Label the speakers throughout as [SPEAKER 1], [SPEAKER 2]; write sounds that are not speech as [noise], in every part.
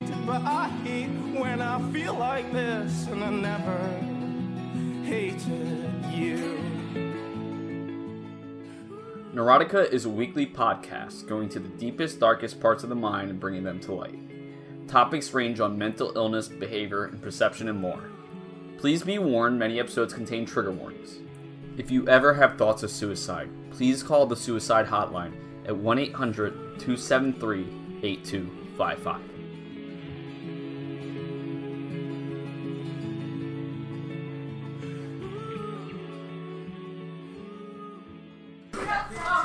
[SPEAKER 1] but I hate when I feel like this, and I never hated you.
[SPEAKER 2] Neurotica is a weekly podcast going to the deepest, darkest parts of the mind and bringing them to light. Topics range on mental illness, behavior, and perception, and more. Please be warned many episodes contain trigger warnings. If you ever have thoughts of suicide, please call the suicide hotline at 1 800 273 8255.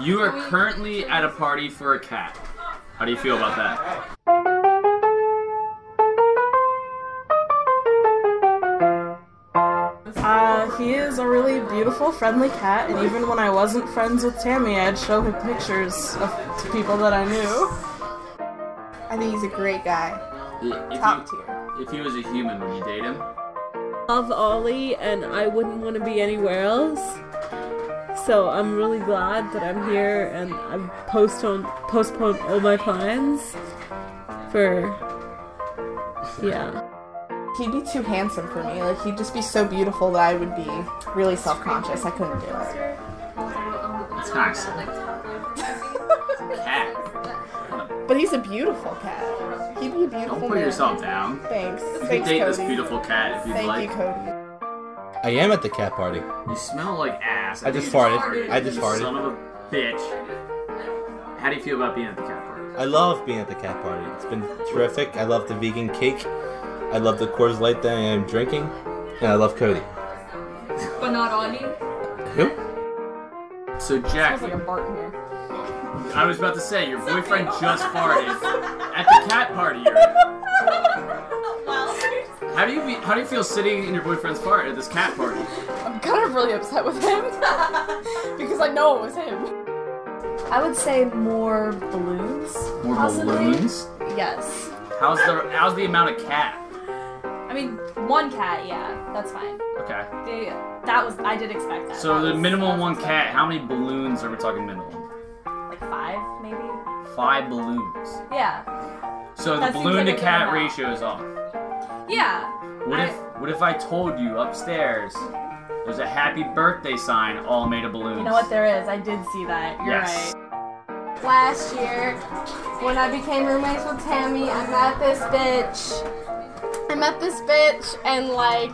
[SPEAKER 2] You are currently at a party for a cat. How do you feel about that?
[SPEAKER 3] Uh, he is a really beautiful, friendly cat, and even when I wasn't friends with Tammy, I'd show him pictures of to people that I knew.
[SPEAKER 4] I think he's a great guy. Top
[SPEAKER 2] If
[SPEAKER 4] tier.
[SPEAKER 2] he, if he was a human, would you date him?
[SPEAKER 5] love Ollie and I wouldn't want to be anywhere else. So I'm really glad that I'm here and I've postponed postponed all my plans for yeah.
[SPEAKER 4] He'd be too handsome for me. Like he'd just be so beautiful that I would be really self-conscious. I couldn't do it.
[SPEAKER 2] It's kind of silly. Cat.
[SPEAKER 4] [laughs] But he's a beautiful cat. He'd be a beautiful.
[SPEAKER 2] Don't put
[SPEAKER 4] man.
[SPEAKER 2] yourself down.
[SPEAKER 4] Thanks.
[SPEAKER 2] You could
[SPEAKER 4] Thanks,
[SPEAKER 2] date
[SPEAKER 4] Cody.
[SPEAKER 2] this beautiful cat if you'd
[SPEAKER 4] Thank
[SPEAKER 2] like.
[SPEAKER 4] you, Cody.
[SPEAKER 6] I am at the cat party.
[SPEAKER 2] You smell like ass.
[SPEAKER 6] I
[SPEAKER 2] think
[SPEAKER 6] just
[SPEAKER 2] you
[SPEAKER 6] farted. I just
[SPEAKER 2] you
[SPEAKER 6] farted.
[SPEAKER 2] Son of a bitch. How do you feel about being at the cat party?
[SPEAKER 6] I love being at the cat party. It's been terrific. I love the vegan cake. I love the Coors Light that I am drinking. And I love Cody.
[SPEAKER 7] But not on you.
[SPEAKER 6] Who?
[SPEAKER 2] So Jack, I was about to say your boyfriend just farted at the cat party. You're at. How do you be, how do you feel sitting in your boyfriend's fart at this cat party?
[SPEAKER 4] I'm kind of really upset with him [laughs] because I know it was him.
[SPEAKER 8] I would say more balloons.
[SPEAKER 2] More
[SPEAKER 8] possibly.
[SPEAKER 2] balloons.
[SPEAKER 8] Yes.
[SPEAKER 2] How's the how's the amount of cat?
[SPEAKER 7] I mean, one cat, yeah, that's fine.
[SPEAKER 2] Okay.
[SPEAKER 7] They, that was I did expect that.
[SPEAKER 2] So
[SPEAKER 7] That
[SPEAKER 2] the
[SPEAKER 7] was-
[SPEAKER 2] minimum
[SPEAKER 7] that was
[SPEAKER 2] one cat.
[SPEAKER 7] expected.
[SPEAKER 2] How many balloons are we talking minimum?
[SPEAKER 7] Like five, maybe.
[SPEAKER 2] Five balloons.
[SPEAKER 7] Yeah,
[SPEAKER 2] So the
[SPEAKER 7] That seems
[SPEAKER 2] balloon
[SPEAKER 7] like
[SPEAKER 2] to
[SPEAKER 7] a good
[SPEAKER 2] cat
[SPEAKER 7] amount.
[SPEAKER 2] ratio is off.
[SPEAKER 7] yeah.
[SPEAKER 2] What
[SPEAKER 7] I-
[SPEAKER 2] if what if I told you upstairs there's a happy birthday sign all made of balloons?
[SPEAKER 7] You know what? There is. I did see that. You're
[SPEAKER 2] Yes.
[SPEAKER 7] right.
[SPEAKER 9] last year when I became roommates with Tammy. I met this bitch. I met this bitch and like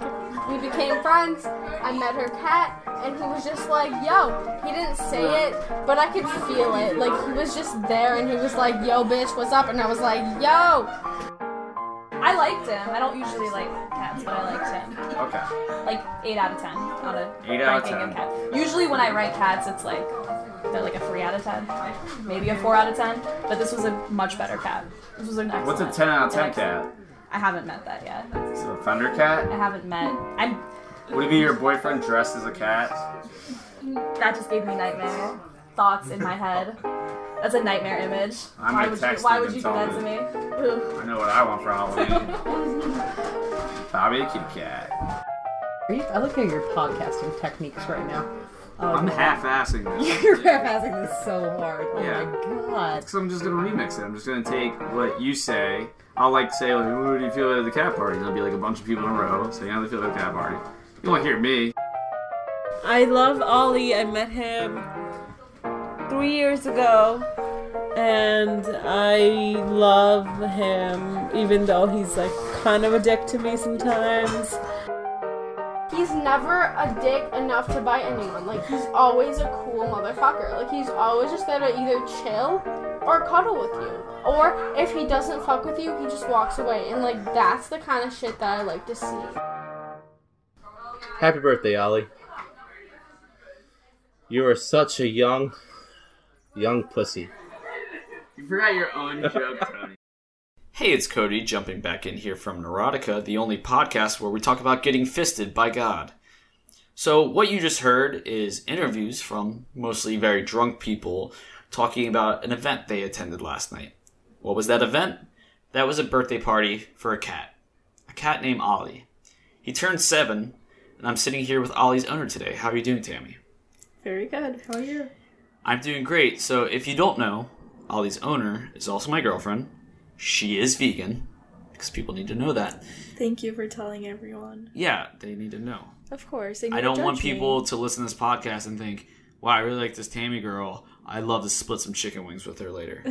[SPEAKER 9] we became friends. I met her cat and he was just like, yo, he didn't say it, but I could feel it. Like he was just there and he was like, yo, bitch, what's up? And I was like, yo.
[SPEAKER 7] I liked him. I don't usually like cats, but I liked him.
[SPEAKER 2] Okay.
[SPEAKER 7] Like eight out of ten on a
[SPEAKER 2] Eight out of
[SPEAKER 7] ranking
[SPEAKER 2] 10.
[SPEAKER 7] of cats. Usually when I rank cats, it's like they're like a three out of ten, maybe a four out of ten. But this was a much better cat. This was an excellent.
[SPEAKER 2] What's a ten out of ten
[SPEAKER 7] an
[SPEAKER 2] cat?
[SPEAKER 7] I haven't met that yet.
[SPEAKER 2] Is it a thunder cat?
[SPEAKER 7] I haven't met. I'm.
[SPEAKER 2] Would it be your boyfriend dressed as a cat?
[SPEAKER 7] That just gave me nightmare thoughts in my head. That's a nightmare image.
[SPEAKER 2] I'm
[SPEAKER 7] why
[SPEAKER 2] gonna
[SPEAKER 7] would
[SPEAKER 2] text
[SPEAKER 7] you? Why
[SPEAKER 2] him
[SPEAKER 7] would
[SPEAKER 2] and
[SPEAKER 7] you do
[SPEAKER 2] tell
[SPEAKER 7] that to
[SPEAKER 2] him.
[SPEAKER 7] me?
[SPEAKER 2] I know what I want for Halloween.
[SPEAKER 7] [laughs]
[SPEAKER 2] Bobby the Kid Cat.
[SPEAKER 10] I look at your podcasting techniques right now.
[SPEAKER 2] I'm
[SPEAKER 10] [laughs]
[SPEAKER 2] half-assing this.
[SPEAKER 10] You're passing this so hard. Oh
[SPEAKER 2] Yeah.
[SPEAKER 10] my god.
[SPEAKER 2] [laughs] So I'm just gonna remix it. I'm just gonna take what you say. I'll like say, like, "What do you feel at the cat party?" And there'll be like a bunch of people in a row saying how they feel at the cat party. You won't hear me.
[SPEAKER 5] I love Ollie. I met him three years ago and I love him even though he's like kind of a dick to me sometimes.
[SPEAKER 9] He's never a dick enough to bite anyone. Like he's always a cool motherfucker. Like he's always just there to either chill or cuddle with you. Or if he doesn't fuck with you, he just walks away. And like that's the kind of shit that I like to see.
[SPEAKER 6] Happy birthday, Ollie. You are such a young, young pussy.
[SPEAKER 2] You forgot your own joke, Tony. Hey, it's Cody jumping back in here from Neurotica, the only podcast where we talk about getting fisted by God. So, what you just heard is interviews from mostly very drunk people talking about an event they attended last night. What was that event? That was a birthday party for a cat. A cat named Ollie. He turned seven, and I'm sitting here with Ollie's owner today. How are you doing, Tammy?
[SPEAKER 5] Very good. How are you?
[SPEAKER 2] I'm doing great. So, if you don't know, Ollie's owner is also my girlfriend. She is vegan. because people need to know that.
[SPEAKER 11] Thank you for telling everyone.
[SPEAKER 2] Yeah, they need to know.
[SPEAKER 11] Of course. they
[SPEAKER 2] I don't
[SPEAKER 11] judge
[SPEAKER 2] want
[SPEAKER 11] me.
[SPEAKER 2] people to listen to this podcast and think, "Wow, I really like this Tammy girl. I'd love to split some chicken wings with her later."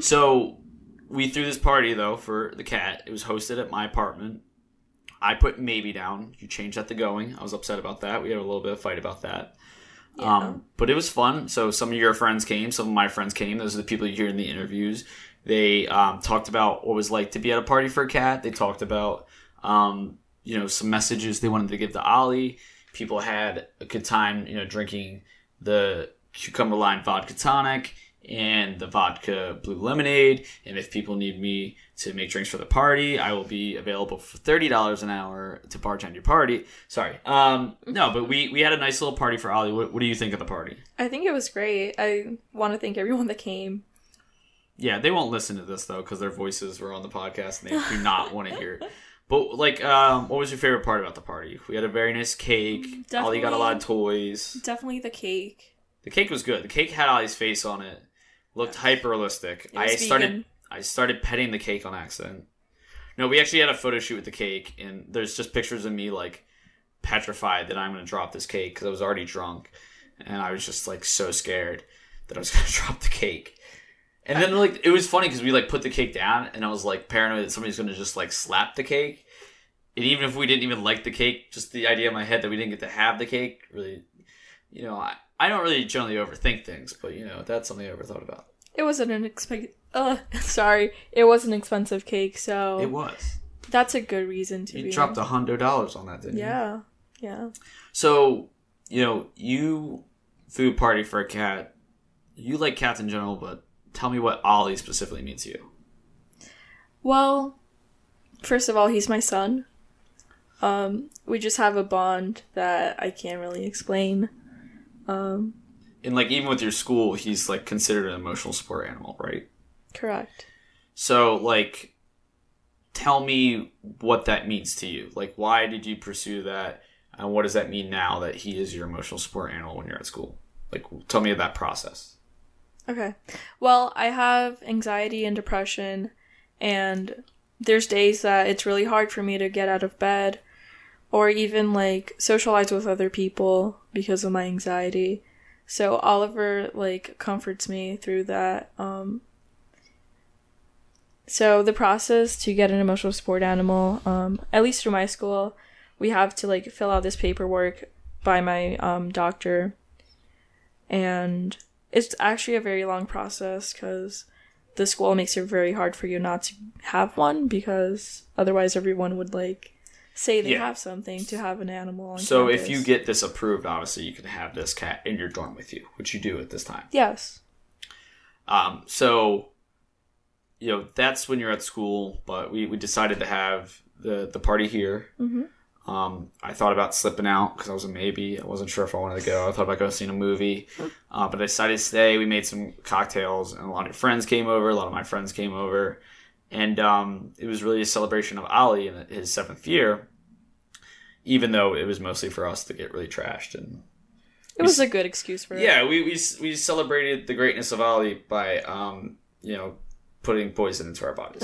[SPEAKER 2] so we threw this party though for the cat. It was hosted at my apartment. I put maybe down. You changed that to going. I was upset about that. We had a little bit of fight about that. Um, but it was fun. So some of your friends came, some of my friends came. Those are the people you hear in the interviews. They um, talked about what it was like to be at a party for a cat. They talked about um, you know some messages they wanted to give to Ollie. People had a good time, you know, drinking the cucumber lime vodka tonic and the vodka blue lemonade. And if people need me to make drinks for the party, I will be available for thirty dollars an hour to bartend your party. Sorry, um, no, but we we had a nice little party for Ollie. What, what do you think of the party?
[SPEAKER 11] I think it was great. I want to thank everyone that came.
[SPEAKER 2] Yeah, they won't listen to this though because their voices were on the podcast and they do not want to hear. It.
[SPEAKER 11] [laughs]
[SPEAKER 2] But like, um, what was your favorite part about the party? We had a very nice cake. Ollie got a lot of toys.
[SPEAKER 11] Mm, Definitely the cake.
[SPEAKER 2] The cake was good. The cake had Ollie's face on it. Looked hyper realistic.
[SPEAKER 11] It
[SPEAKER 2] I
[SPEAKER 11] was
[SPEAKER 2] started
[SPEAKER 11] vegan.
[SPEAKER 2] I started petting the cake on accident. No, we actually had a photo shoot with the cake, and there's just pictures of me like petrified that I'm gonna drop this cake because I was already drunk, and I was just like so scared that I was [laughs] gonna drop the cake. And then like it was funny because we like put the cake down, and I was like paranoid that somebody's gonna just like slap the cake. And even if we didn't even like the cake, just the idea in my head that we didn't get to have the cake really, you know, I, I don't really generally overthink things, but you know that's something I ever thought about.
[SPEAKER 11] It was an unexpected. Uh, [laughs] sorry. It was an expensive cake, so
[SPEAKER 2] It was.
[SPEAKER 11] That's a good reason to
[SPEAKER 2] You
[SPEAKER 11] be.
[SPEAKER 2] dropped a hundred dollars on that, didn't you?
[SPEAKER 11] Yeah, yeah.
[SPEAKER 2] So, you know, you food party for a cat. You like cats in general, but tell me what Ollie specifically means to you.
[SPEAKER 11] Well, first of all, he's my son. Um, we just have a bond that I can't really explain. Um,
[SPEAKER 2] And like even with your school, he's like considered an emotional support animal, right?
[SPEAKER 11] correct.
[SPEAKER 2] So like tell me what that means to you. Like why did you pursue that and what does that mean now that he is your emotional support animal when you're at school? Like tell me that process.
[SPEAKER 11] Okay. Well, I have anxiety and depression, and there's days that it's really hard for me to get out of bed or even like socialize with other people because of my anxiety. So Oliver like comforts me through that. Um, so the process to get an emotional support animal, um, at least through my school, we have to like fill out this paperwork by my um, doctor and it's actually a very long process because the school makes it very hard for you not to have one because otherwise everyone would like say they
[SPEAKER 2] Yeah.
[SPEAKER 11] have something to have an animal. On
[SPEAKER 2] So if
[SPEAKER 11] campus.
[SPEAKER 2] you get this approved, obviously you can have this cat in your dorm with you, which you do at this time.
[SPEAKER 11] yes,
[SPEAKER 2] Um, so, you know, that's when you're at school, but we, we decided to have the, the party here.
[SPEAKER 11] Mhm.
[SPEAKER 2] Um, I thought about slipping out because I was a maybe. I wasn't sure if I wanted to go. I thought about going seeing a movie,
[SPEAKER 11] Mm-hmm.
[SPEAKER 2] uh, but I decided to stay. We made some cocktails, and a lot of friends came over. A lot of my friends came over, and um, it was really a celebration of Ollie in his seventh year. Even though it was mostly for us to get really trashed and
[SPEAKER 11] it was a good excuse for
[SPEAKER 2] yeah,
[SPEAKER 11] it.
[SPEAKER 2] we, we we celebrated the greatness of Ollie by um, you know, putting poison into our
[SPEAKER 11] [laughs]
[SPEAKER 2] bodies.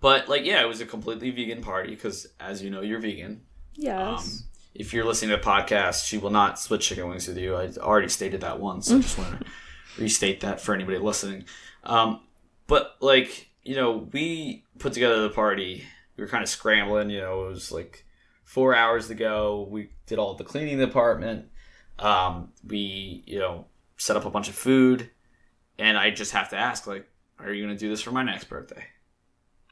[SPEAKER 2] but like yeah, it was a completely vegan party cuz as you know, you're vegan. Um,
[SPEAKER 11] Yes.
[SPEAKER 2] If you're listening to the podcast, she will not split chicken wings with you. I already stated that once. I just want to restate that for anybody listening. Um, but like, you know, we put together the party. We were kind of scrambling, you know, it was like 4 hours to go. We did all the cleaning department. Um, we, you know, set up a bunch of food, and I just have to ask, like, are you going to do this for my next birthday?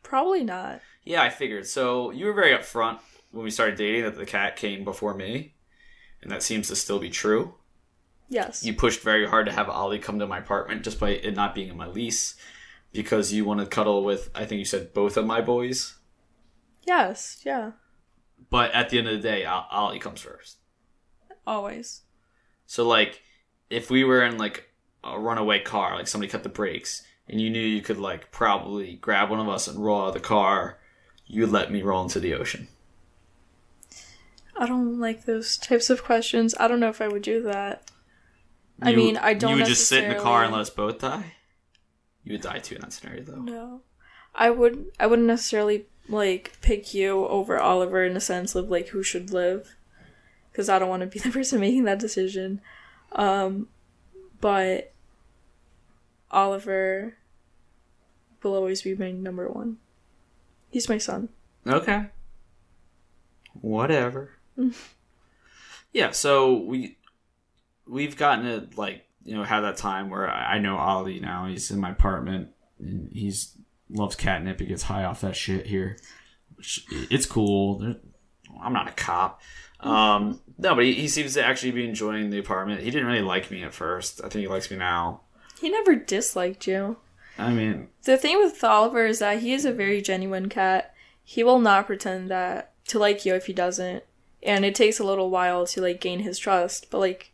[SPEAKER 11] probably not.
[SPEAKER 2] Yeah, I figured. So you were very upfront when we started dating that the cat came before me, and that seems to still be true.
[SPEAKER 11] Yes,
[SPEAKER 2] You pushed very hard to have Ollie come to my apartment just by it not being in my lease because you want to cuddle with, I think you said, both of my boys.
[SPEAKER 11] yes, yeah,
[SPEAKER 2] But at the end of the day, O- Ollie comes first.
[SPEAKER 11] always.
[SPEAKER 2] So like, if we were in like a runaway car, like somebody cut the brakes, and you knew you could like probably grab one of us and roll out of the car, you would let me roll into the ocean.
[SPEAKER 11] I don't like those types of questions. I don't know if I would do that. I
[SPEAKER 2] You-
[SPEAKER 11] mean, I don't.
[SPEAKER 2] You would just sit in the car and
[SPEAKER 11] necessarily-
[SPEAKER 2] let us both die. You would die too in that scenario, though.
[SPEAKER 11] No. I would I wouldn't necessarily like pick you over Oliver in the sense of like who should live because I don't want to be [laughs] the person making that decision. Um but Oliver will always be my number one. He's my son.
[SPEAKER 2] Okay. Whatever. yeah, so we we've gotten to like, you know, have that time where I I know Ollie now. He's in my apartment and he's loves catnip. He gets high off that shit here. Which- It's cool. There- I'm not a cop. Um, no, but he, he seems to actually be enjoying the apartment. He didn't really like me at first. I think he likes me now.
[SPEAKER 11] He never disliked you.
[SPEAKER 2] I mean,
[SPEAKER 11] The thing with Oliver is that he is a very genuine cat. He will not pretend that to like you if he doesn't. And it takes a little while to like gain his trust, but like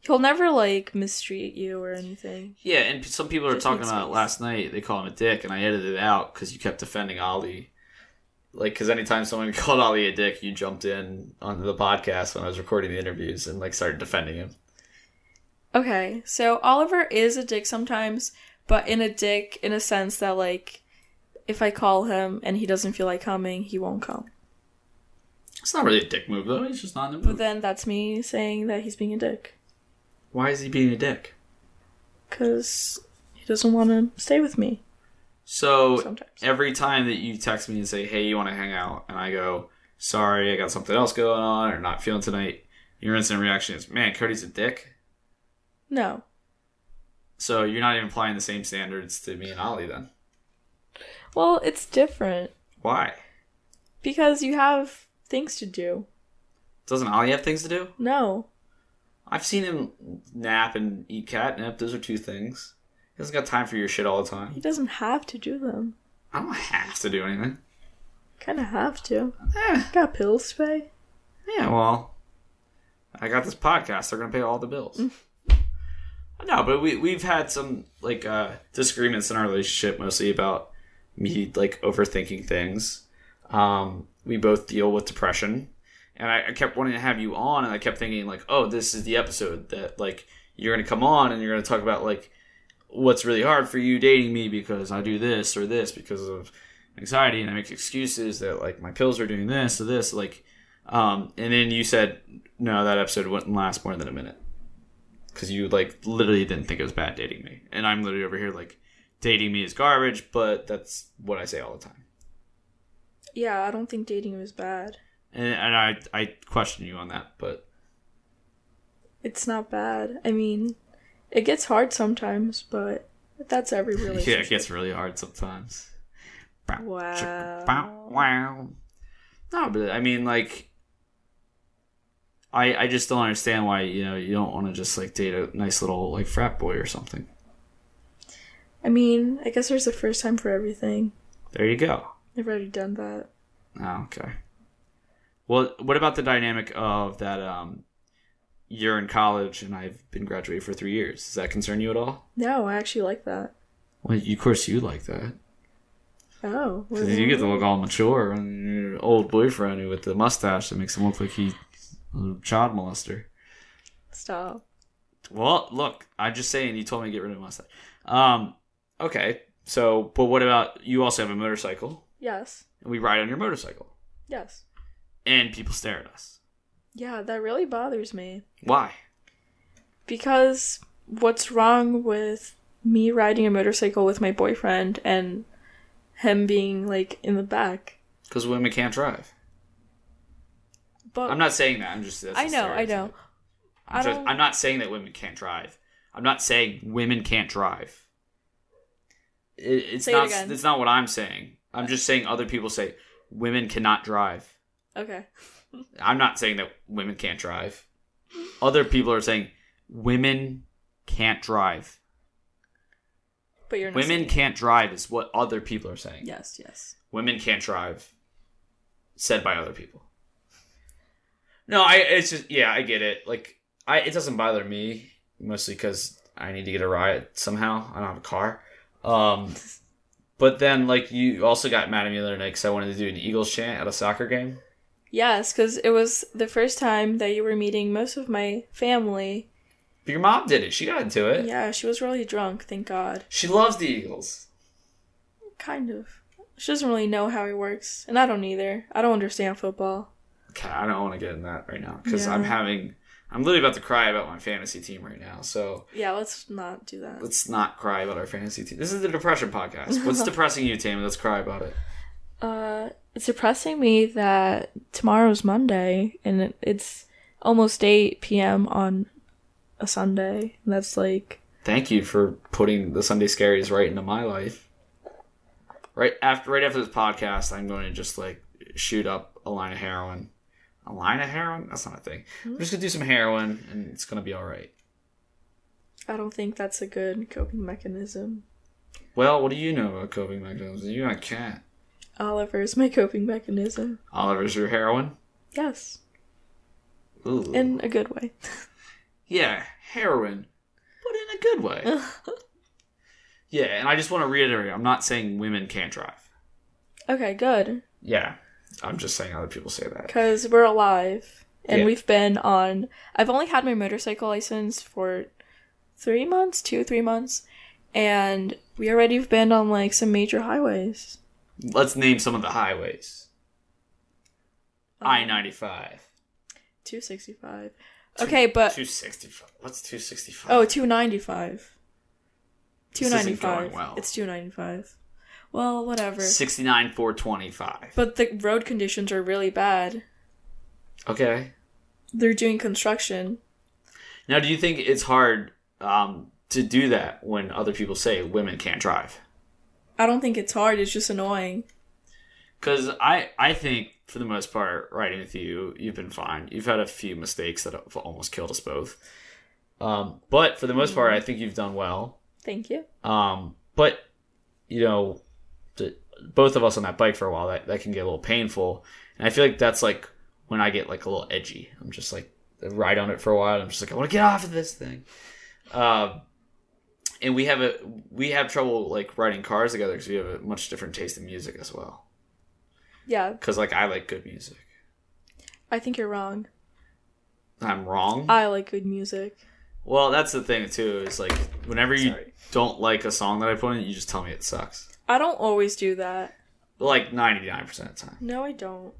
[SPEAKER 11] he'll never like mistreat you or anything.
[SPEAKER 2] Yeah, and p- some people are talking about it last night. They call him a dick, and I edited it out because you kept defending Ollie. Like, because anytime someone [laughs] called Ollie a dick, you jumped in onto the podcast when I was recording the interviews and like started defending him.
[SPEAKER 11] Okay, so Oliver is a dick sometimes, but in a dick in a sense that like if I call him and he doesn't feel like coming, he won't come.
[SPEAKER 2] It's not really a dick move though. He's just not in the
[SPEAKER 11] But
[SPEAKER 2] mood.
[SPEAKER 11] then that's me saying that he's being a dick
[SPEAKER 2] Why is he being a dick?
[SPEAKER 11] because he doesn't want to stay with me.
[SPEAKER 2] So every time that you text me and say, "Hey, you want to hang out?" and I go, "Sorry, I got something else going on, or not feeling tonight," your instant reaction is, "Man, Cody's a dick."
[SPEAKER 11] No.
[SPEAKER 2] So you're not even applying the same standards to me and Ollie then.
[SPEAKER 11] Well, it's different
[SPEAKER 2] Why?
[SPEAKER 11] because you have things to do.
[SPEAKER 2] Doesn't Ollie have things to do?
[SPEAKER 11] No.
[SPEAKER 2] I've seen him nap and eat catnip. Those are two things. He doesn't got time for your shit all the time.
[SPEAKER 11] He doesn't have to do them.
[SPEAKER 2] I don't have to do anything.
[SPEAKER 11] Kind of have to. Got pills to pay.
[SPEAKER 2] Yeah, well, I got this podcast. They're gonna pay all the bills.
[SPEAKER 11] Mm.
[SPEAKER 2] no, but we we've had some like uh, disagreements in our relationship, mostly about me like overthinking things. Um, we both deal with depression, and I, I kept wanting to have you on, and I kept thinking like, oh, this is the episode that like you're gonna come on and you're gonna talk about like what's really hard for you dating me because I do this or this because of anxiety and I make excuses that like my pills are doing this or this like um and then you said no that episode wouldn't last more than a minute cuz you like literally didn't think it was bad dating me and I'm literally over here like dating me is garbage but that's what I say all the time
[SPEAKER 11] Yeah, I don't think dating was bad.
[SPEAKER 2] and, and I I question you on that but
[SPEAKER 11] It's not bad. I mean, it gets hard sometimes, but
[SPEAKER 2] [laughs]
[SPEAKER 11] that's every
[SPEAKER 2] yeah
[SPEAKER 11] relationship.
[SPEAKER 2] it gets really hard sometimes
[SPEAKER 11] Wow.
[SPEAKER 2] Wow. Wow. No, but I mean, like, I I just don't understand why you know you don't want to just like date a nice little like frat boy or something.
[SPEAKER 11] I mean, I guess there's a first time for everything.
[SPEAKER 2] There you go.
[SPEAKER 11] I've already done that.
[SPEAKER 2] Oh, okay. Well, what about the dynamic of that? Um, you're in college and I've been graduated for three years. Does that concern you at all?
[SPEAKER 11] No, I actually like that.
[SPEAKER 2] Well, you, of course you like that.
[SPEAKER 11] Oh. what
[SPEAKER 2] 'Cause
[SPEAKER 11] is
[SPEAKER 2] you
[SPEAKER 11] it?
[SPEAKER 2] get to look all mature and your old boyfriend who with the mustache that makes him look like he's a child molester.
[SPEAKER 11] Stop.
[SPEAKER 2] Well, look, I'm just saying. You told me to get rid of my mustache. Um, okay. So, but what about you? Also have a motorcycle,
[SPEAKER 11] Yes.
[SPEAKER 2] and we ride on your motorcycle,
[SPEAKER 11] Yes.
[SPEAKER 2] and people stare at us.
[SPEAKER 11] Yeah, that really bothers me.
[SPEAKER 2] Why?
[SPEAKER 11] Because what's wrong with me riding a motorcycle with my boyfriend and him being like in the back?
[SPEAKER 2] Because women can't drive.
[SPEAKER 11] But
[SPEAKER 2] I'm not saying that. I'm just. that's
[SPEAKER 11] I
[SPEAKER 2] a
[SPEAKER 11] know, I
[SPEAKER 2] stereotype.
[SPEAKER 11] know.
[SPEAKER 2] I'm,
[SPEAKER 11] I
[SPEAKER 2] just-
[SPEAKER 11] don't-
[SPEAKER 2] I'm not saying that women can't drive. I'm not saying women can't drive. It, it's
[SPEAKER 11] Say it
[SPEAKER 2] not.
[SPEAKER 11] again.
[SPEAKER 2] It's not what I'm saying. I'm just saying other people say women cannot drive.
[SPEAKER 11] Okay.
[SPEAKER 2] I'm not saying that women can't drive. Other people are saying women can't drive.
[SPEAKER 11] But you're not
[SPEAKER 2] Women
[SPEAKER 11] saying-
[SPEAKER 2] can't drive is what other people are saying.
[SPEAKER 11] Yes, yes.
[SPEAKER 2] Women can't drive, said by other people. No, I. It's just yeah, I get it. Like I, it doesn't bother me mostly because I need to get a ride somehow. I don't have a car. Um, but then like you also got mad at me the other night because I wanted to do an Eagles chant at a soccer game.
[SPEAKER 11] Yes, because it was the first time that you were meeting most of my family.
[SPEAKER 2] But your mom did it. She got into it.
[SPEAKER 11] Yeah, she was really drunk, thank God.
[SPEAKER 2] She loves the Eagles.
[SPEAKER 11] Kind of. She doesn't really know how it works, and I don't either. I don't understand football.
[SPEAKER 2] Okay, I don't want to get in that right now because
[SPEAKER 11] Yeah.
[SPEAKER 2] I'm having. I'm literally about to cry about my fantasy team right now. So
[SPEAKER 11] Yeah, let's not do that.
[SPEAKER 2] let's not cry about our fantasy team. This is the depression podcast. What's depressing you, Tammy? Let's cry about it.
[SPEAKER 11] Uh, it's depressing me that tomorrow's Monday and it- it's almost 8 p.m. on a Sunday. And that's like,
[SPEAKER 2] Thank you for putting the Sunday Scaries right into my life. Right after, right after this podcast, I'm going to just like shoot up a line of heroin. A line of heroin? That's not a thing. I'm just gonna do some heroin, and it's gonna be all right.
[SPEAKER 11] I don't think that's a good coping mechanism.
[SPEAKER 2] Well, what do you know about coping mechanisms? You're not a cat.
[SPEAKER 11] Oliver's my coping mechanism.
[SPEAKER 2] Oliver's your heroin.
[SPEAKER 11] Yes,
[SPEAKER 2] Ooh.
[SPEAKER 11] in a good way.
[SPEAKER 2] Yeah, heroin, but in a good way. yeah, and I just want to reiterate I'm not saying women can't drive.
[SPEAKER 11] okay, good.
[SPEAKER 2] Yeah, I'm just saying other people say that.
[SPEAKER 11] Because we're alive. And
[SPEAKER 2] Yeah.
[SPEAKER 11] we've been on. I've only had my motorcycle license for three months, two, three months. And we already have been on like some major highways.
[SPEAKER 2] Let's name some of the highways I 95.
[SPEAKER 11] 265. Okay, but.
[SPEAKER 2] 265. What's 265?
[SPEAKER 11] Oh, 295.
[SPEAKER 2] This isn't going
[SPEAKER 11] 295.
[SPEAKER 2] well.
[SPEAKER 11] It's 295. Well, whatever.
[SPEAKER 2] 69, 425.
[SPEAKER 11] But the road conditions are really bad.
[SPEAKER 2] Okay.
[SPEAKER 11] They're doing construction.
[SPEAKER 2] Now, do you think it's hard um, to do that when other people say women can't drive?
[SPEAKER 11] I don't think it's hard, it's just annoying.
[SPEAKER 2] Because I, I think for the most part, riding with you, you've been fine. You've had a few mistakes that have almost killed us both. Um, but for the most part, I think you've done well.
[SPEAKER 11] Thank you.
[SPEAKER 2] Um, but you know, the, both of us on that bike for a while, that, that can get a little painful. And I feel like that's like when I get like a little edgy. I'm just like I ride on it for a while. I'm just like I want to get off of this thing. Um, and we have a we have trouble like riding cars together because we have a much different taste in music as well.
[SPEAKER 11] Yeah,
[SPEAKER 2] Because like I like good music.
[SPEAKER 11] I think you're wrong.
[SPEAKER 2] I'm wrong.
[SPEAKER 11] I like good music.
[SPEAKER 2] well, that's the thing too. Is like whenever you don't like a song that I put in, you just tell me it sucks.
[SPEAKER 11] I don't always do that.
[SPEAKER 2] Like ninety nine percent of the time,
[SPEAKER 11] No, I don't.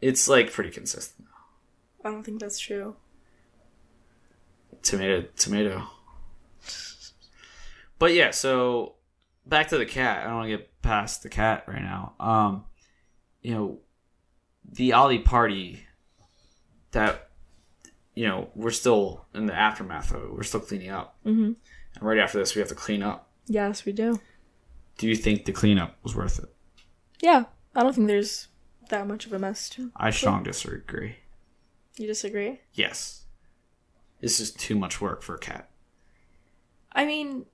[SPEAKER 2] it's like pretty consistent.
[SPEAKER 11] I don't think that's true.
[SPEAKER 2] tomato tomato but yeah so back to the cat i don't want to get past the cat right now um you know the ollie party that you know we're still in the aftermath of it we're still cleaning up
[SPEAKER 11] Mm-hmm.
[SPEAKER 2] and right after this we have to clean up
[SPEAKER 11] Yes, we do.
[SPEAKER 2] do you think the cleanup was worth it
[SPEAKER 11] Yeah, I don't think there's that much of a mess to.
[SPEAKER 2] i strong disagree
[SPEAKER 11] You disagree?
[SPEAKER 2] yes this is too much work for a cat
[SPEAKER 11] I mean,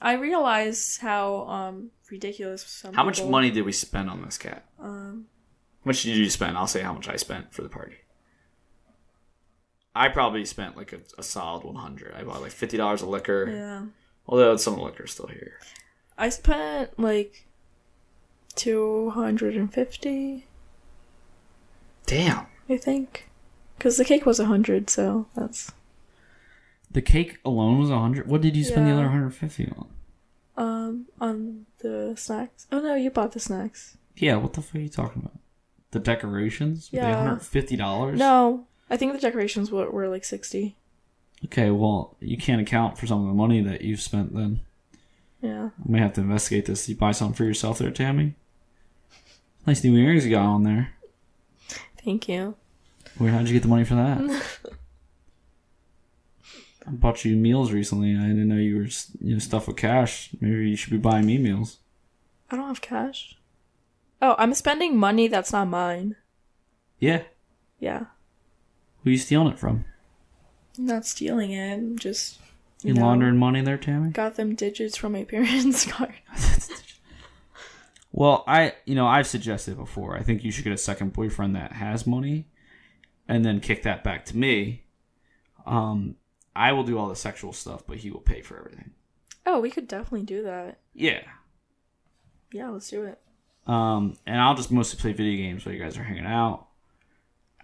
[SPEAKER 11] I realize how um ridiculous some.
[SPEAKER 2] how much
[SPEAKER 11] people-
[SPEAKER 2] money did we spend on this cat
[SPEAKER 11] Um,
[SPEAKER 2] How much did you spend? I'll say how much I spent for the party. I probably spent like a, a solid one hundred. I bought like fifty dollars of liquor.
[SPEAKER 11] yeah,
[SPEAKER 2] Although some of the liquor's still here.
[SPEAKER 11] I spent like two hundred and fifty,
[SPEAKER 2] Damn.
[SPEAKER 11] I think, because the cake was a hundred, so that's
[SPEAKER 2] The cake alone was hundred. What did you
[SPEAKER 11] spend the Yeah. other
[SPEAKER 2] hundred fifty on?
[SPEAKER 11] um on the snacks. Oh no, you bought the snacks.
[SPEAKER 2] Yeah. What the fuck are you talking about? The decorations?
[SPEAKER 11] Were they Yeah.
[SPEAKER 2] fifty dollars?
[SPEAKER 11] No, I think the decorations were, were like sixty.
[SPEAKER 2] Okay. Well, you can't account for some of the money that you've spent. Then
[SPEAKER 11] Yeah.
[SPEAKER 2] I may have to investigate this. You buy something for yourself there, Tammy. Nice new earrings you got on there.
[SPEAKER 11] Thank you.
[SPEAKER 2] Where how'd you get the money for that?
[SPEAKER 11] [laughs]
[SPEAKER 2] I bought you meals recently. I didn't know you were s- you know stuffed with cash. Maybe you should be buying me meals.
[SPEAKER 11] I don't have cash. Oh, I'm spending money that's not mine.
[SPEAKER 2] Yeah.
[SPEAKER 11] Yeah.
[SPEAKER 2] Who you stealing it from?
[SPEAKER 11] I'm not stealing it. I'm just
[SPEAKER 2] You
[SPEAKER 11] No.
[SPEAKER 2] laundering money there, Tammy?
[SPEAKER 11] got them digits from my [laughs] parents'
[SPEAKER 2] [laughs]
[SPEAKER 11] card.
[SPEAKER 2] Well, I you know I've suggested before. I think you should get a second boyfriend that has money, and then kick that back to me. Um, I will do all the sexual stuff, but he will pay for everything.
[SPEAKER 11] Oh, we could definitely do that.
[SPEAKER 2] Yeah.
[SPEAKER 11] Yeah, let's do it.
[SPEAKER 2] Um, and I'll just mostly play video games while you guys are hanging out.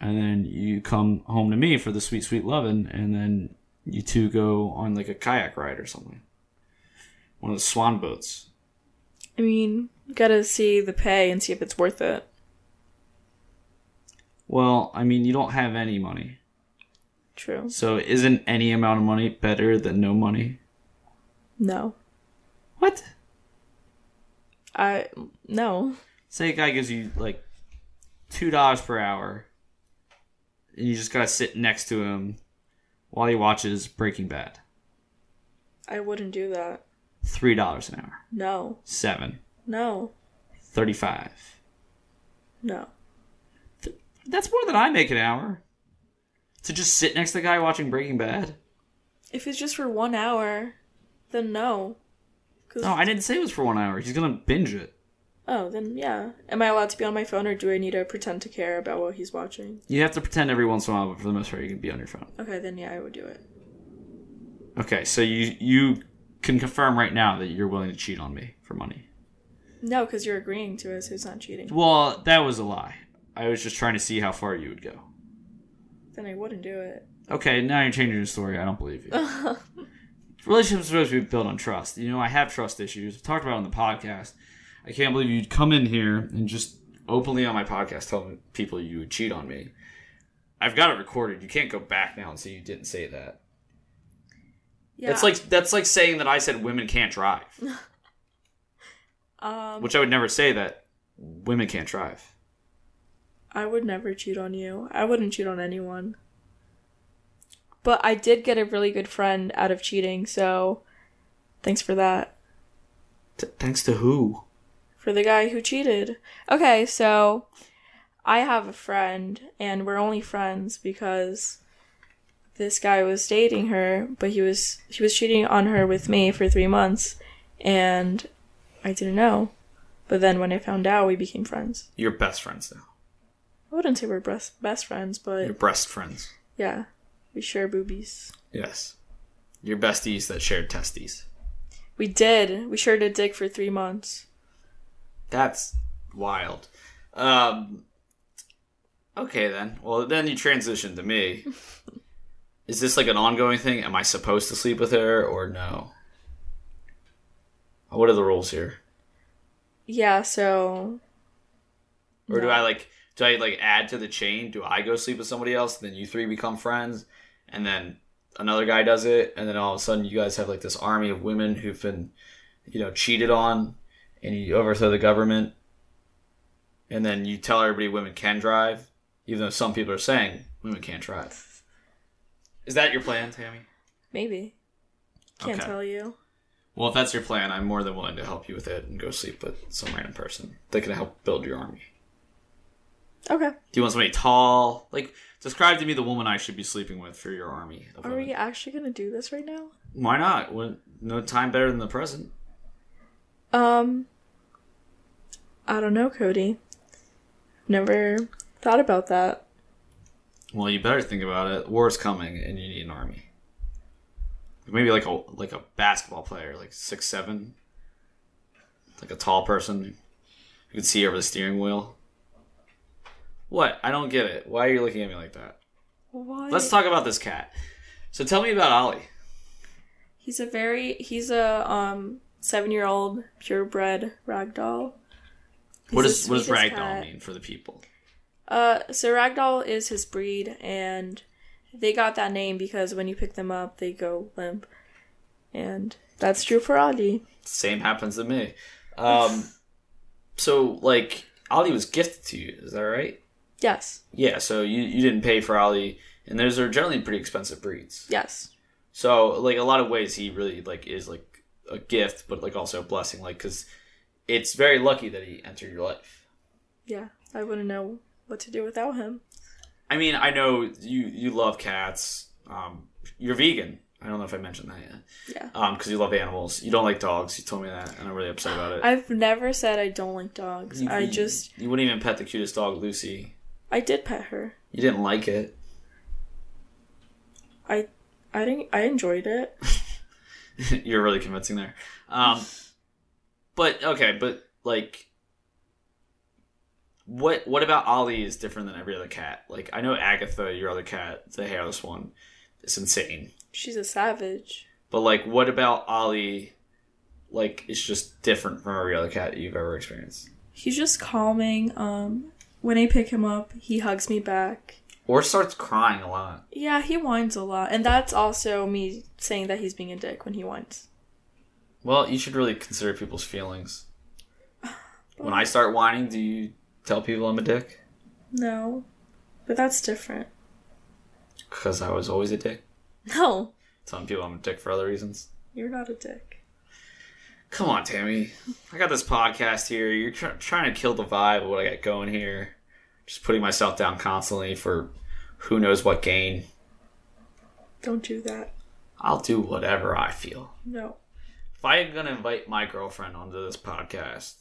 [SPEAKER 2] And then you come home to me for the sweet, sweet lovin', and then you two go on like a kayak ride or something. One of the swan boats.
[SPEAKER 11] I mean, gotta see the pay and see if it's worth it.
[SPEAKER 2] Well, I mean, you don't have any money.
[SPEAKER 11] True.
[SPEAKER 2] So isn't any amount of money better than no money?
[SPEAKER 11] No.
[SPEAKER 2] What?
[SPEAKER 11] I no.
[SPEAKER 2] Say a guy gives you like two dollars per hour, and you just gotta sit next to him while he watches Breaking Bad.
[SPEAKER 11] I wouldn't do that.
[SPEAKER 2] Three dollars an hour.
[SPEAKER 11] No.
[SPEAKER 2] Seven.
[SPEAKER 11] No.
[SPEAKER 2] Thirty-five.
[SPEAKER 11] No.
[SPEAKER 2] That's more than I make an hour. To just sit next to the guy watching Breaking Bad.
[SPEAKER 11] If it's just for one hour, then no. 'Cause-
[SPEAKER 2] No, I didn't say it was for one hour. He's gonna binge it.
[SPEAKER 11] Oh, then yeah. Am I allowed to be on my phone, or do I need to pretend to care about what he's watching?
[SPEAKER 2] You have to pretend every once in a while, but for the most part, you can be on your phone.
[SPEAKER 11] Okay, then yeah, I would do it.
[SPEAKER 2] Okay, so you you can confirm right now that you're willing to cheat on me for money.
[SPEAKER 11] No, because you're agreeing to it, so it's not cheating.
[SPEAKER 2] Well, that was a lie. I was just trying to see how far you would go.
[SPEAKER 11] Then I wouldn't
[SPEAKER 2] [laughs]
[SPEAKER 11] do it.
[SPEAKER 2] Okay, now you're changing your story. I don't believe you. Relationships are supposed to be built on trust. You know, I have trust issues. I've talked about it on the podcast. I can't believe you'd come in here and just openly on my podcast tell people you would cheat on me. I've got it recorded. You can't go back now and say you didn't say that.
[SPEAKER 11] yeah.
[SPEAKER 2] That's like that's like saying that I said women can't drive,
[SPEAKER 11] [laughs] um,
[SPEAKER 2] which I would never say that women can't drive.
[SPEAKER 11] I would never cheat on you. I wouldn't cheat on anyone. But I did get a really good friend out of cheating, so thanks for that.
[SPEAKER 2] T- thanks to who?
[SPEAKER 11] For the guy who cheated. Okay, so I have a friend, and we're only friends because this guy was dating her, but he was he was cheating on her with me for three months, and I didn't know. But then when I found out, we became friends.
[SPEAKER 2] Your best friends now.
[SPEAKER 11] I wouldn't say we're best best friends, but
[SPEAKER 2] Your breast friends.
[SPEAKER 11] Yeah, we share boobies.
[SPEAKER 2] Yes. Your besties that shared testes.
[SPEAKER 11] We did. We shared a dick for three months.
[SPEAKER 2] That's wild. Um, okay, then. Well, then you transition to me. Is this like an ongoing thing? Am I supposed to sleep with her or no? What are the rules here?
[SPEAKER 11] Yeah, so
[SPEAKER 2] Or do I like do I like add to the chain? Do I go sleep with somebody else, then you three become friends, and then another guy does it, and then all of a sudden you guys have like this army of women who've been, you know, cheated on, and you overthrow the government, and then you tell everybody women can drive, even though some people are saying women can't drive. Is that your plan, Tammy?
[SPEAKER 11] maybe. Can't
[SPEAKER 2] Okay.
[SPEAKER 11] tell you.
[SPEAKER 2] Well, if that's your plan, I'm more than willing to help you with it and go sleep with some random person that can help build your army.
[SPEAKER 11] Okay.
[SPEAKER 2] Do you want somebody tall? Like, describe to me the woman I should be sleeping with for your army. of
[SPEAKER 11] Are
[SPEAKER 2] women.
[SPEAKER 11] we actually gonna do this right now?
[SPEAKER 2] Why not? Well, no time better than the present.
[SPEAKER 11] Um, I don't know, Cody. Never thought about that.
[SPEAKER 2] Well, you better think about it. War's coming, and you need an army. Maybe like a like a basketball player, like six seven, like a tall person who can see over the steering wheel. What? I don't get it. Why are you looking at me like that?
[SPEAKER 11] Why?
[SPEAKER 2] Let's talk about this cat. So tell me about Ollie.
[SPEAKER 11] He's a very he's a um seven year old purebred ragdoll.
[SPEAKER 2] What
[SPEAKER 11] He's
[SPEAKER 2] does
[SPEAKER 11] the
[SPEAKER 2] what does
[SPEAKER 11] sweetest
[SPEAKER 2] ragdoll
[SPEAKER 11] cat.
[SPEAKER 2] mean for the people?
[SPEAKER 11] Uh, so ragdoll is his breed, and they got that name because when you pick them up, they go limp, and that's true for Adi.
[SPEAKER 2] Same happens to me. Um, so like Ollie was gifted to you, is that right?
[SPEAKER 11] Yes,
[SPEAKER 2] Yeah, so you, you didn't pay for Ollie, and those are generally pretty expensive breeds.
[SPEAKER 11] yes,
[SPEAKER 2] So like a lot of ways, he really like is like a gift, but like also a blessing, like because it's very lucky that he entered your life.
[SPEAKER 11] yeah. I wouldn't know what to do without him.
[SPEAKER 2] I mean, I know you you love cats. Um, you're vegan. I don't know if I mentioned that yet.
[SPEAKER 11] Yeah.
[SPEAKER 2] Um, because you love animals. You don't like dogs. You told me that, and I'm really upset about it.
[SPEAKER 11] I've never said I don't like dogs.
[SPEAKER 2] You-
[SPEAKER 11] I
[SPEAKER 2] you-
[SPEAKER 11] just
[SPEAKER 2] you wouldn't even pet the cutest dog, Lucy.
[SPEAKER 11] I did pet her.
[SPEAKER 2] You didn't like it.
[SPEAKER 11] I I didn't I enjoyed it.
[SPEAKER 2] [laughs] You're really convincing there. Um, but okay, but like, what what about Ollie is different than every other cat? Like, I know Agatha, your other cat, the hairless one, is insane.
[SPEAKER 11] She's a savage.
[SPEAKER 2] But like, what about Ollie? like it's just different from every other cat you've ever experienced?
[SPEAKER 11] He's just calming. Um, when I pick him up, he hugs me back.
[SPEAKER 2] Or starts crying a lot.
[SPEAKER 11] Yeah, he whines a lot, and that's also me saying that he's being a dick when he whines.
[SPEAKER 2] Well, you should really consider people's feelings. When I start whining, do you tell people I'm a dick?
[SPEAKER 11] No, but that's different.
[SPEAKER 2] Because I was always a dick.
[SPEAKER 11] No,
[SPEAKER 2] Telling people I'm a dick for other reasons.
[SPEAKER 11] you're not a dick.
[SPEAKER 2] Come on, Tammy. I got this podcast here. You're try- trying to kill the vibe of what I got going here. Just putting myself down constantly for who knows what gain.
[SPEAKER 11] Don't do that.
[SPEAKER 2] I'll do whatever I feel.
[SPEAKER 11] No.
[SPEAKER 2] If I'm going to invite my girlfriend onto this podcast,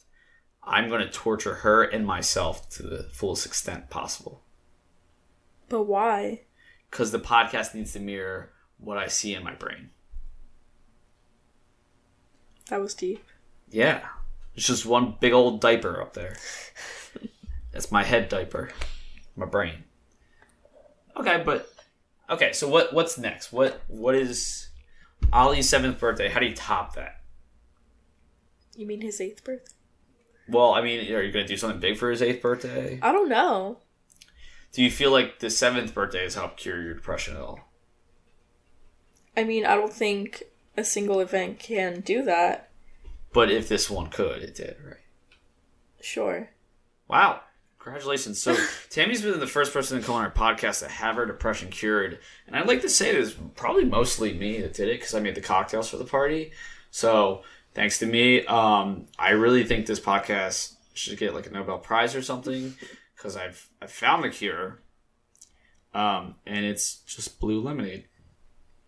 [SPEAKER 2] I'm going to torture her and myself to the fullest extent possible.
[SPEAKER 11] But why?
[SPEAKER 2] Because the podcast needs to mirror what I see in my brain.
[SPEAKER 11] That was deep.
[SPEAKER 2] Yeah. It's just one big old diaper up there. That's my head diaper. My brain. Okay, but okay, so what what's next? What what is Ollie's seventh birthday? How do you top that?
[SPEAKER 11] You mean his eighth birthday?
[SPEAKER 2] Well, I mean, are you gonna do something big for his eighth birthday?
[SPEAKER 11] I don't know.
[SPEAKER 2] Do you feel like the seventh birthday has helped cure your depression at all?
[SPEAKER 11] I mean, I don't think a single event can do that.
[SPEAKER 2] But if this one could, it did, right?
[SPEAKER 11] Sure.
[SPEAKER 2] Wow. Congratulations.
[SPEAKER 11] [laughs]
[SPEAKER 2] So Tammy's been the first person to call on our podcast to have her depression cured. And I'd like to say it was probably mostly me that did it because I made the cocktails for the party. So thanks to me. Um, I really think this podcast should get like a Nobel Prize or something because I've, I've found the cure. Um, and it's just blue lemonade.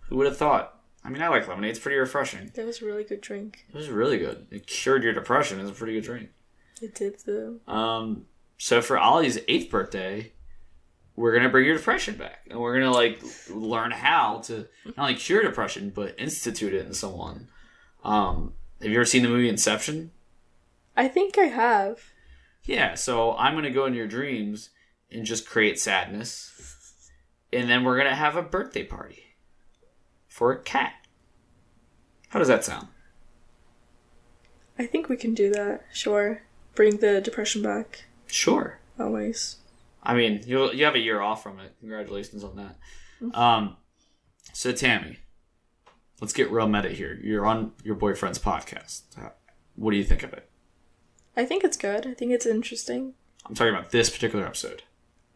[SPEAKER 2] Who would have thought? I mean, I like lemonade. It's pretty refreshing.
[SPEAKER 11] That was a really good drink.
[SPEAKER 2] It was really good. It cured your depression. It's a pretty good drink.
[SPEAKER 11] It did though.
[SPEAKER 2] Um, so for Ollie's eighth birthday, we're gonna bring your depression back, and we're gonna like learn how to not only cure depression but institute it in someone. Um, have you ever seen the movie Inception?
[SPEAKER 11] I think I have.
[SPEAKER 2] Yeah. So I'm gonna go into your dreams and just create sadness, and then we're gonna have a birthday party for a cat. How does that sound?
[SPEAKER 11] I think we can do that. Sure. Bring the depression back.
[SPEAKER 2] Sure.
[SPEAKER 11] Always.
[SPEAKER 2] I mean, you you have a year off from it. Congratulations on that. Um, so Tammy, let's get real meta here. You're on your boyfriend's podcast. Uh, What do you think of it?
[SPEAKER 11] I think it's good. I think it's interesting.
[SPEAKER 2] I'm talking about this particular episode.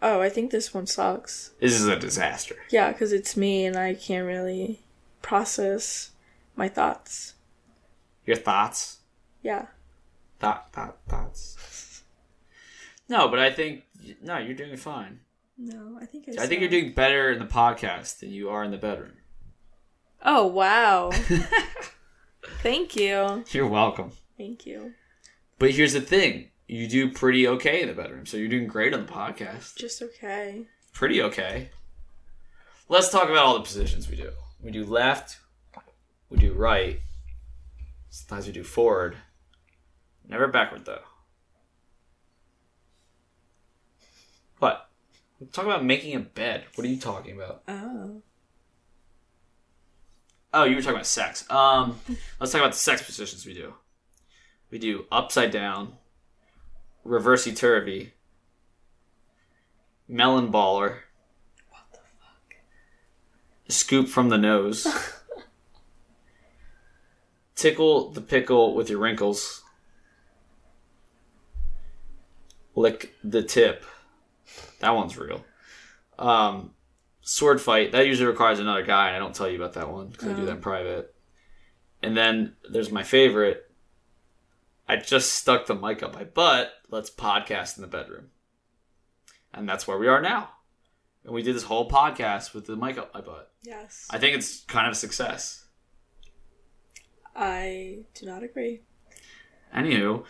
[SPEAKER 11] Oh, I think this one sucks.
[SPEAKER 2] This is a disaster.
[SPEAKER 11] Yeah, because it's me and I can't really process my thoughts.
[SPEAKER 2] Your thoughts?
[SPEAKER 11] Yeah.
[SPEAKER 2] Thought, thought, thoughts. [laughs] No, but I think no, you're doing fine.
[SPEAKER 11] No, I think
[SPEAKER 2] I think you're doing better in the podcast than you are in the bedroom.
[SPEAKER 11] Oh, wow. Thank you.
[SPEAKER 2] [laughs] You're welcome.
[SPEAKER 11] Thank you.
[SPEAKER 2] But here's the thing: you do pretty okay in the bedroom, so you're doing great on the podcast.
[SPEAKER 11] Just okay.
[SPEAKER 2] pretty okay. Let's talk about all the positions we do. We do left, we do right, sometimes we do forward. Never backward though. What? Talk about making a bed. What are you talking about?
[SPEAKER 11] Oh.
[SPEAKER 2] Oh, you were talking about sex. Um, let's talk about the sex positions we do. We do upside down, reversey turvy, melon baller. What the fuck? Scoop from the [laughs] nose. tickle the pickle with your wrinkles. Lick the tip. That one's real. Um, sword fight that usually requires another guy and i don't tell you about that one because i do
[SPEAKER 11] Oh.
[SPEAKER 2] that in private and then there's my favorite i just stuck the mic up my butt let's podcast in the bedroom and that's where we are now and we did this whole podcast with the mic up my butt
[SPEAKER 11] Yes.
[SPEAKER 2] i think it's kind of a success
[SPEAKER 11] I do not agree.
[SPEAKER 2] anywho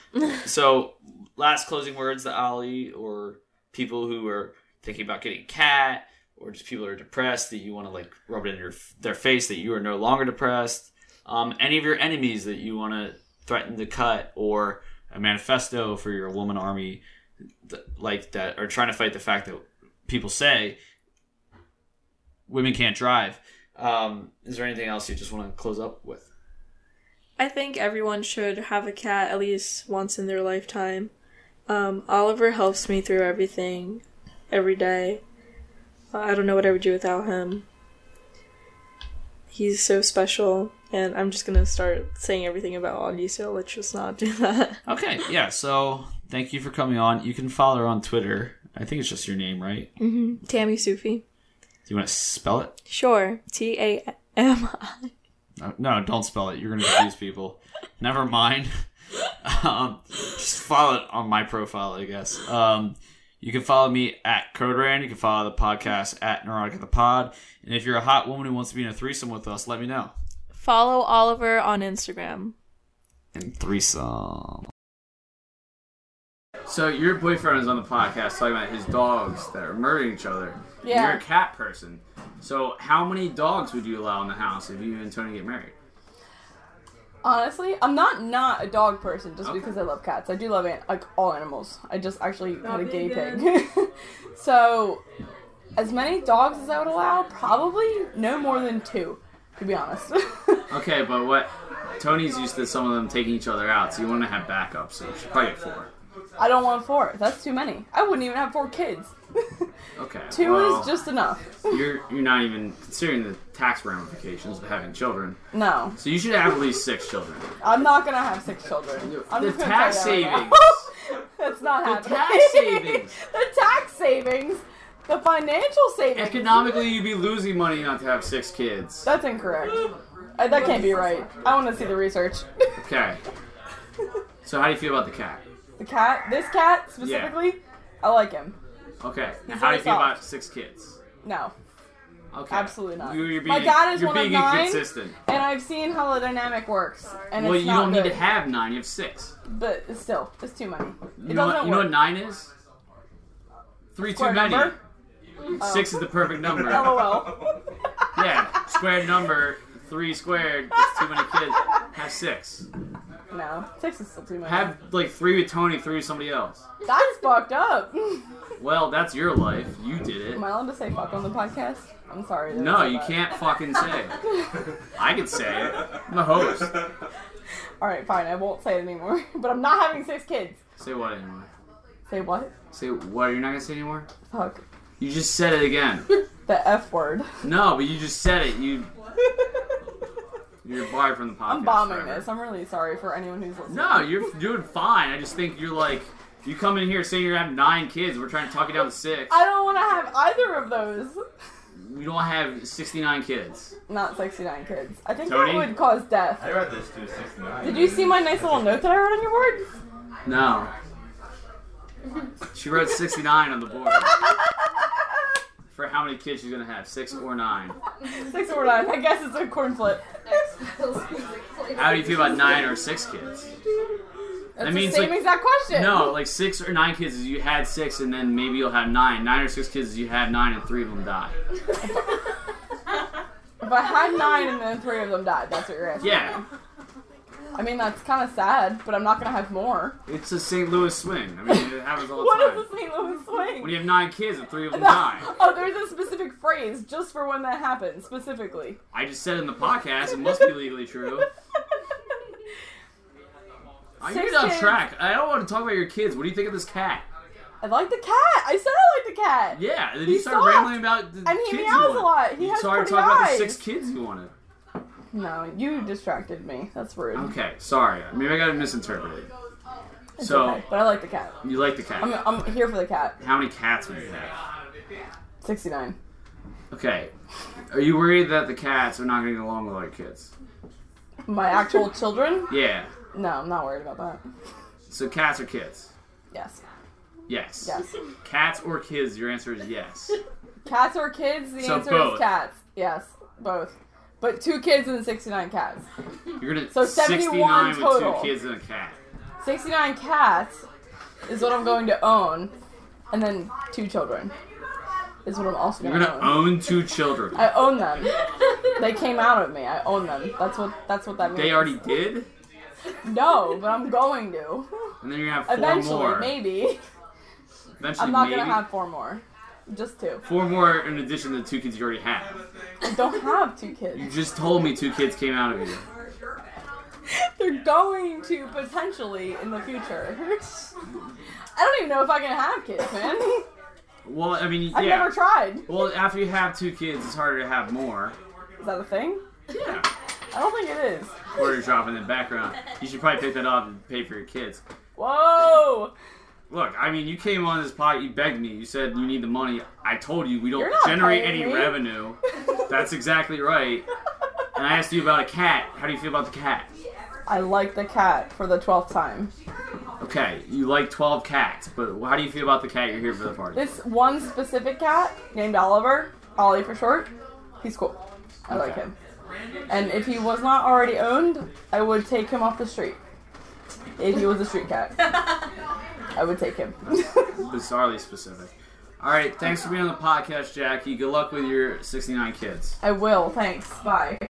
[SPEAKER 2] so last closing words to ali or people who are thinking about getting a cat or just people who are depressed that you want to like rub it in your, their face that you are no longer depressed um, any of your enemies that you want to threaten to cut or a manifesto for your woman army th- like that are trying to fight the fact that people say women can't drive um, is there anything else you just want to close up with
[SPEAKER 11] I think everyone should have a cat at least once in their lifetime. Um, Oliver helps me through everything, every day. Uh, I don't know what I would do without him. He's so special, and I'm just gonna start saying everything about Audie, so let's just not do [laughs] that.
[SPEAKER 2] Okay, yeah, so thank you for coming on. You can follow her on Twitter. I think it's just your name, right? Do
[SPEAKER 11] hmm
[SPEAKER 4] Mm-hmm.
[SPEAKER 11] Tammy Sufi.
[SPEAKER 2] you want to spell it?
[SPEAKER 11] Sure. T A M I.
[SPEAKER 2] No, no, don't spell it. You're going to confuse people. Never mind. Um, just follow it on my profile, I guess. Um, you can follow me at Code Ran. You can follow the podcast at Neurotic the Pod. And if you're a hot woman who wants to be in a threesome with us, let me know.
[SPEAKER 11] Follow Oliver on Instagram.
[SPEAKER 2] And threesome. So your boyfriend is on the podcast talking about his dogs that are murdering each other.
[SPEAKER 4] Yeah.
[SPEAKER 2] You're a cat person. So how many dogs would you allow in the house if you and Tony get married?
[SPEAKER 4] Honestly, I'm not not a dog person just because I love cats. I do love an- like all animals. I just actually had a gay pig. [laughs] so, as many dogs as I would allow, probably no more than two, to be honest. [laughs]
[SPEAKER 2] Okay, but what? Tony's used to some of them taking each other out, so you want to have backup. So you should probably get four.
[SPEAKER 4] I don't want four. That's too many. I wouldn't even have four kids.
[SPEAKER 2] Okay.
[SPEAKER 4] Two
[SPEAKER 2] well,
[SPEAKER 4] is just enough.
[SPEAKER 2] You're you're not even considering the tax ramifications of having children.
[SPEAKER 4] No,
[SPEAKER 2] So you should have at least six children.
[SPEAKER 4] I'm not gonna have six children. I'm
[SPEAKER 2] the
[SPEAKER 4] just gonna
[SPEAKER 2] tax
[SPEAKER 4] tell you that right
[SPEAKER 2] savings.
[SPEAKER 4] [laughs] now. That's not happening. [laughs]
[SPEAKER 2] tax savings.
[SPEAKER 4] the tax savings. The financial savings.
[SPEAKER 2] Economically, you'd be losing money not to have six kids.
[SPEAKER 4] That's incorrect. Uh, that can't be right. I want to see the research. [laughs]
[SPEAKER 2] Okay. So how do you feel about the cat?
[SPEAKER 4] The cat, this cat specifically, I like him.
[SPEAKER 2] Okay.
[SPEAKER 4] He's
[SPEAKER 2] how do you
[SPEAKER 4] very
[SPEAKER 2] feel
[SPEAKER 4] soft.
[SPEAKER 2] about six kids?
[SPEAKER 4] No,
[SPEAKER 2] Okay.
[SPEAKER 4] absolutely not.
[SPEAKER 2] You- You're being,
[SPEAKER 4] My dad is
[SPEAKER 2] you're
[SPEAKER 4] one
[SPEAKER 2] being
[SPEAKER 4] of nine,
[SPEAKER 2] inconsistent.
[SPEAKER 4] and I've seen how the dynamic works. And
[SPEAKER 2] well,
[SPEAKER 4] it's
[SPEAKER 2] you
[SPEAKER 4] not
[SPEAKER 2] don't
[SPEAKER 4] good.
[SPEAKER 2] need to have nine. You have six.
[SPEAKER 4] But still, it's too many.
[SPEAKER 2] You
[SPEAKER 4] it
[SPEAKER 2] know,
[SPEAKER 4] doesn't
[SPEAKER 2] what,
[SPEAKER 4] work.
[SPEAKER 2] you know what nine is? Three
[SPEAKER 4] Square
[SPEAKER 2] too many.
[SPEAKER 4] number?
[SPEAKER 2] [laughs] Six is the perfect number.
[SPEAKER 4] [laughs] LOL.
[SPEAKER 2] [laughs] yeah, squared number, three squared, it's too many kids. Have six.
[SPEAKER 4] No, six is still too many.
[SPEAKER 2] Have like three with Tony, three with somebody else.
[SPEAKER 4] That's fucked up.
[SPEAKER 2] Well, that's your life. You did it.
[SPEAKER 4] Am I allowed to say fuck on the podcast? I'm sorry. that I
[SPEAKER 2] No,
[SPEAKER 4] said
[SPEAKER 2] you
[SPEAKER 4] that.
[SPEAKER 2] can't fucking say it. I can say it. I'm the host.
[SPEAKER 4] All right, fine. I won't say it anymore. [laughs] But I'm not having six kids.
[SPEAKER 2] Say what anymore?
[SPEAKER 4] Say what?
[SPEAKER 2] Say what? You're not gonna say anymore?
[SPEAKER 4] Fuck.
[SPEAKER 2] You just said it again.
[SPEAKER 4] [laughs] The F word.
[SPEAKER 2] No, but you just said it.
[SPEAKER 4] [laughs]
[SPEAKER 2] You. You're barred from the podcast.
[SPEAKER 4] I'm bombing
[SPEAKER 2] forever.
[SPEAKER 4] this. I'm really sorry for anyone who's listening.
[SPEAKER 2] No, you're doing fine. I just think you're like, you come in here saying you have nine kids. We're trying to talk you down to six.
[SPEAKER 4] I don't want to have either of those.
[SPEAKER 2] We don't have 69 kids.
[SPEAKER 4] Not 69 kids. I think
[SPEAKER 2] Tony?
[SPEAKER 4] that would cause death.
[SPEAKER 6] I read this too, 69.
[SPEAKER 4] Did you see my nice little note that I wrote on your board?
[SPEAKER 2] No. She wrote 69 on the board. For how many kids she's gonna have, six or nine.
[SPEAKER 4] Six or nine. I guess it's a corn flip.
[SPEAKER 2] How do you feel about nine or six kids?
[SPEAKER 4] That's
[SPEAKER 2] that means
[SPEAKER 4] the same
[SPEAKER 2] like
[SPEAKER 4] exact question.
[SPEAKER 2] no, like six or nine kids is you had six and then maybe you'll have nine. Nine or six kids is you have nine and three of them die.
[SPEAKER 4] If I had nine and then three of them died, that's what you're asking.
[SPEAKER 2] Yeah,
[SPEAKER 4] I mean, that's kind of sad, but I'm not going to have more.
[SPEAKER 2] it's a St. Louis swing. I mean, it happens all the
[SPEAKER 4] What
[SPEAKER 2] time.
[SPEAKER 4] is the St. Louis swing?
[SPEAKER 2] When you have nine kids and three of
[SPEAKER 4] [laughs]
[SPEAKER 2] them die.
[SPEAKER 4] Oh, there's a specific phrase just for when that happens, specifically.
[SPEAKER 2] I just said in the podcast, it must be legally
[SPEAKER 4] [laughs]
[SPEAKER 2] true. I
[SPEAKER 4] Six
[SPEAKER 2] get off
[SPEAKER 4] kids.
[SPEAKER 2] track. I don't want to talk about your kids. What do you think of this cat?
[SPEAKER 4] I like the cat. I said I like the cat.
[SPEAKER 2] Yeah, and then
[SPEAKER 4] He's
[SPEAKER 2] you start
[SPEAKER 4] soft.
[SPEAKER 2] rambling about the
[SPEAKER 4] And he
[SPEAKER 2] kids
[SPEAKER 4] meows
[SPEAKER 2] you wanted.
[SPEAKER 4] a lot. He
[SPEAKER 2] you
[SPEAKER 4] has
[SPEAKER 2] started
[SPEAKER 4] pretty
[SPEAKER 2] talking about the
[SPEAKER 4] eyes.
[SPEAKER 2] six kids you wanted.
[SPEAKER 4] No, you distracted me. That's rude.
[SPEAKER 2] Okay, sorry. Maybe I got it misinterpreted.
[SPEAKER 4] It's
[SPEAKER 2] so
[SPEAKER 4] okay, but I like the cat.
[SPEAKER 2] you like the cat?
[SPEAKER 4] I'm, I'm here for the cat.
[SPEAKER 2] How many cats would you have?
[SPEAKER 4] 69.
[SPEAKER 2] Okay. Are you worried that the cats are not going to get along with other kids?
[SPEAKER 4] My actual children?
[SPEAKER 2] Yeah.
[SPEAKER 4] No, I'm not worried about that.
[SPEAKER 2] So cats or kids?
[SPEAKER 4] Yes.
[SPEAKER 2] Yes.
[SPEAKER 4] Yes.
[SPEAKER 2] Cats or kids? Your answer is yes.
[SPEAKER 4] Cats or kids? The
[SPEAKER 2] So
[SPEAKER 4] answer
[SPEAKER 2] both.
[SPEAKER 4] is cats. Yes, both. But two kids and 69 cats.
[SPEAKER 2] You're gonna
[SPEAKER 4] So
[SPEAKER 2] 69
[SPEAKER 4] 71 total.
[SPEAKER 2] with two kids and a cat.
[SPEAKER 4] 69 cats is what I'm going to own, and then two children is what I'm also
[SPEAKER 2] You're
[SPEAKER 4] going to
[SPEAKER 2] gonna
[SPEAKER 4] own.
[SPEAKER 2] own two children.
[SPEAKER 4] I own them. They came out of me. I own them. That's what that's what that means.
[SPEAKER 2] They already did,
[SPEAKER 4] No, but I'm going to.
[SPEAKER 2] and then you're gonna have four
[SPEAKER 4] Eventually,
[SPEAKER 2] more.
[SPEAKER 4] maybe.
[SPEAKER 2] Eventually,
[SPEAKER 4] I'm not
[SPEAKER 2] maybe.
[SPEAKER 4] gonna have four more. Just two.
[SPEAKER 2] four more in addition to the two kids you already have.
[SPEAKER 4] I don't have two
[SPEAKER 2] You
[SPEAKER 4] kids.
[SPEAKER 2] just told me two kids came out of you.
[SPEAKER 4] They're going to potentially in the future. [laughs] I don't even know if I can have kids, man.
[SPEAKER 11] Well, I mean, yeah.
[SPEAKER 4] I've never tried.
[SPEAKER 11] Well, after you have two kids, it's harder to have more.
[SPEAKER 4] Is that a thing?
[SPEAKER 11] Yeah.
[SPEAKER 4] I don't think it is.
[SPEAKER 11] Quarter drop in the background. You should probably pick that up and pay for your kids.
[SPEAKER 4] Whoa!
[SPEAKER 11] Look, I mean, you came on this pod. You begged me. You said you need the money. I told you we don't
[SPEAKER 4] You're not
[SPEAKER 11] generate
[SPEAKER 4] paying
[SPEAKER 11] any
[SPEAKER 4] me.
[SPEAKER 11] revenue. That's exactly right. And I asked you about a cat. How do you feel about the cat?
[SPEAKER 4] I like the cat for the twelfth time.
[SPEAKER 11] Okay, you like 12 cats, but how do you feel about the cat you're here for the party?
[SPEAKER 4] This one specific cat named Oliver, Ollie for short. He's cool. I like
[SPEAKER 11] Okay.
[SPEAKER 4] him. And if he was not already owned, I would take him off the street. If he was a street
[SPEAKER 11] [laughs]
[SPEAKER 4] cat, I would take him.
[SPEAKER 11] Bizarrely specific. All right, thanks for being on the podcast, Jackie. Good luck with your 69 kids.
[SPEAKER 4] I will. Thanks. Bye.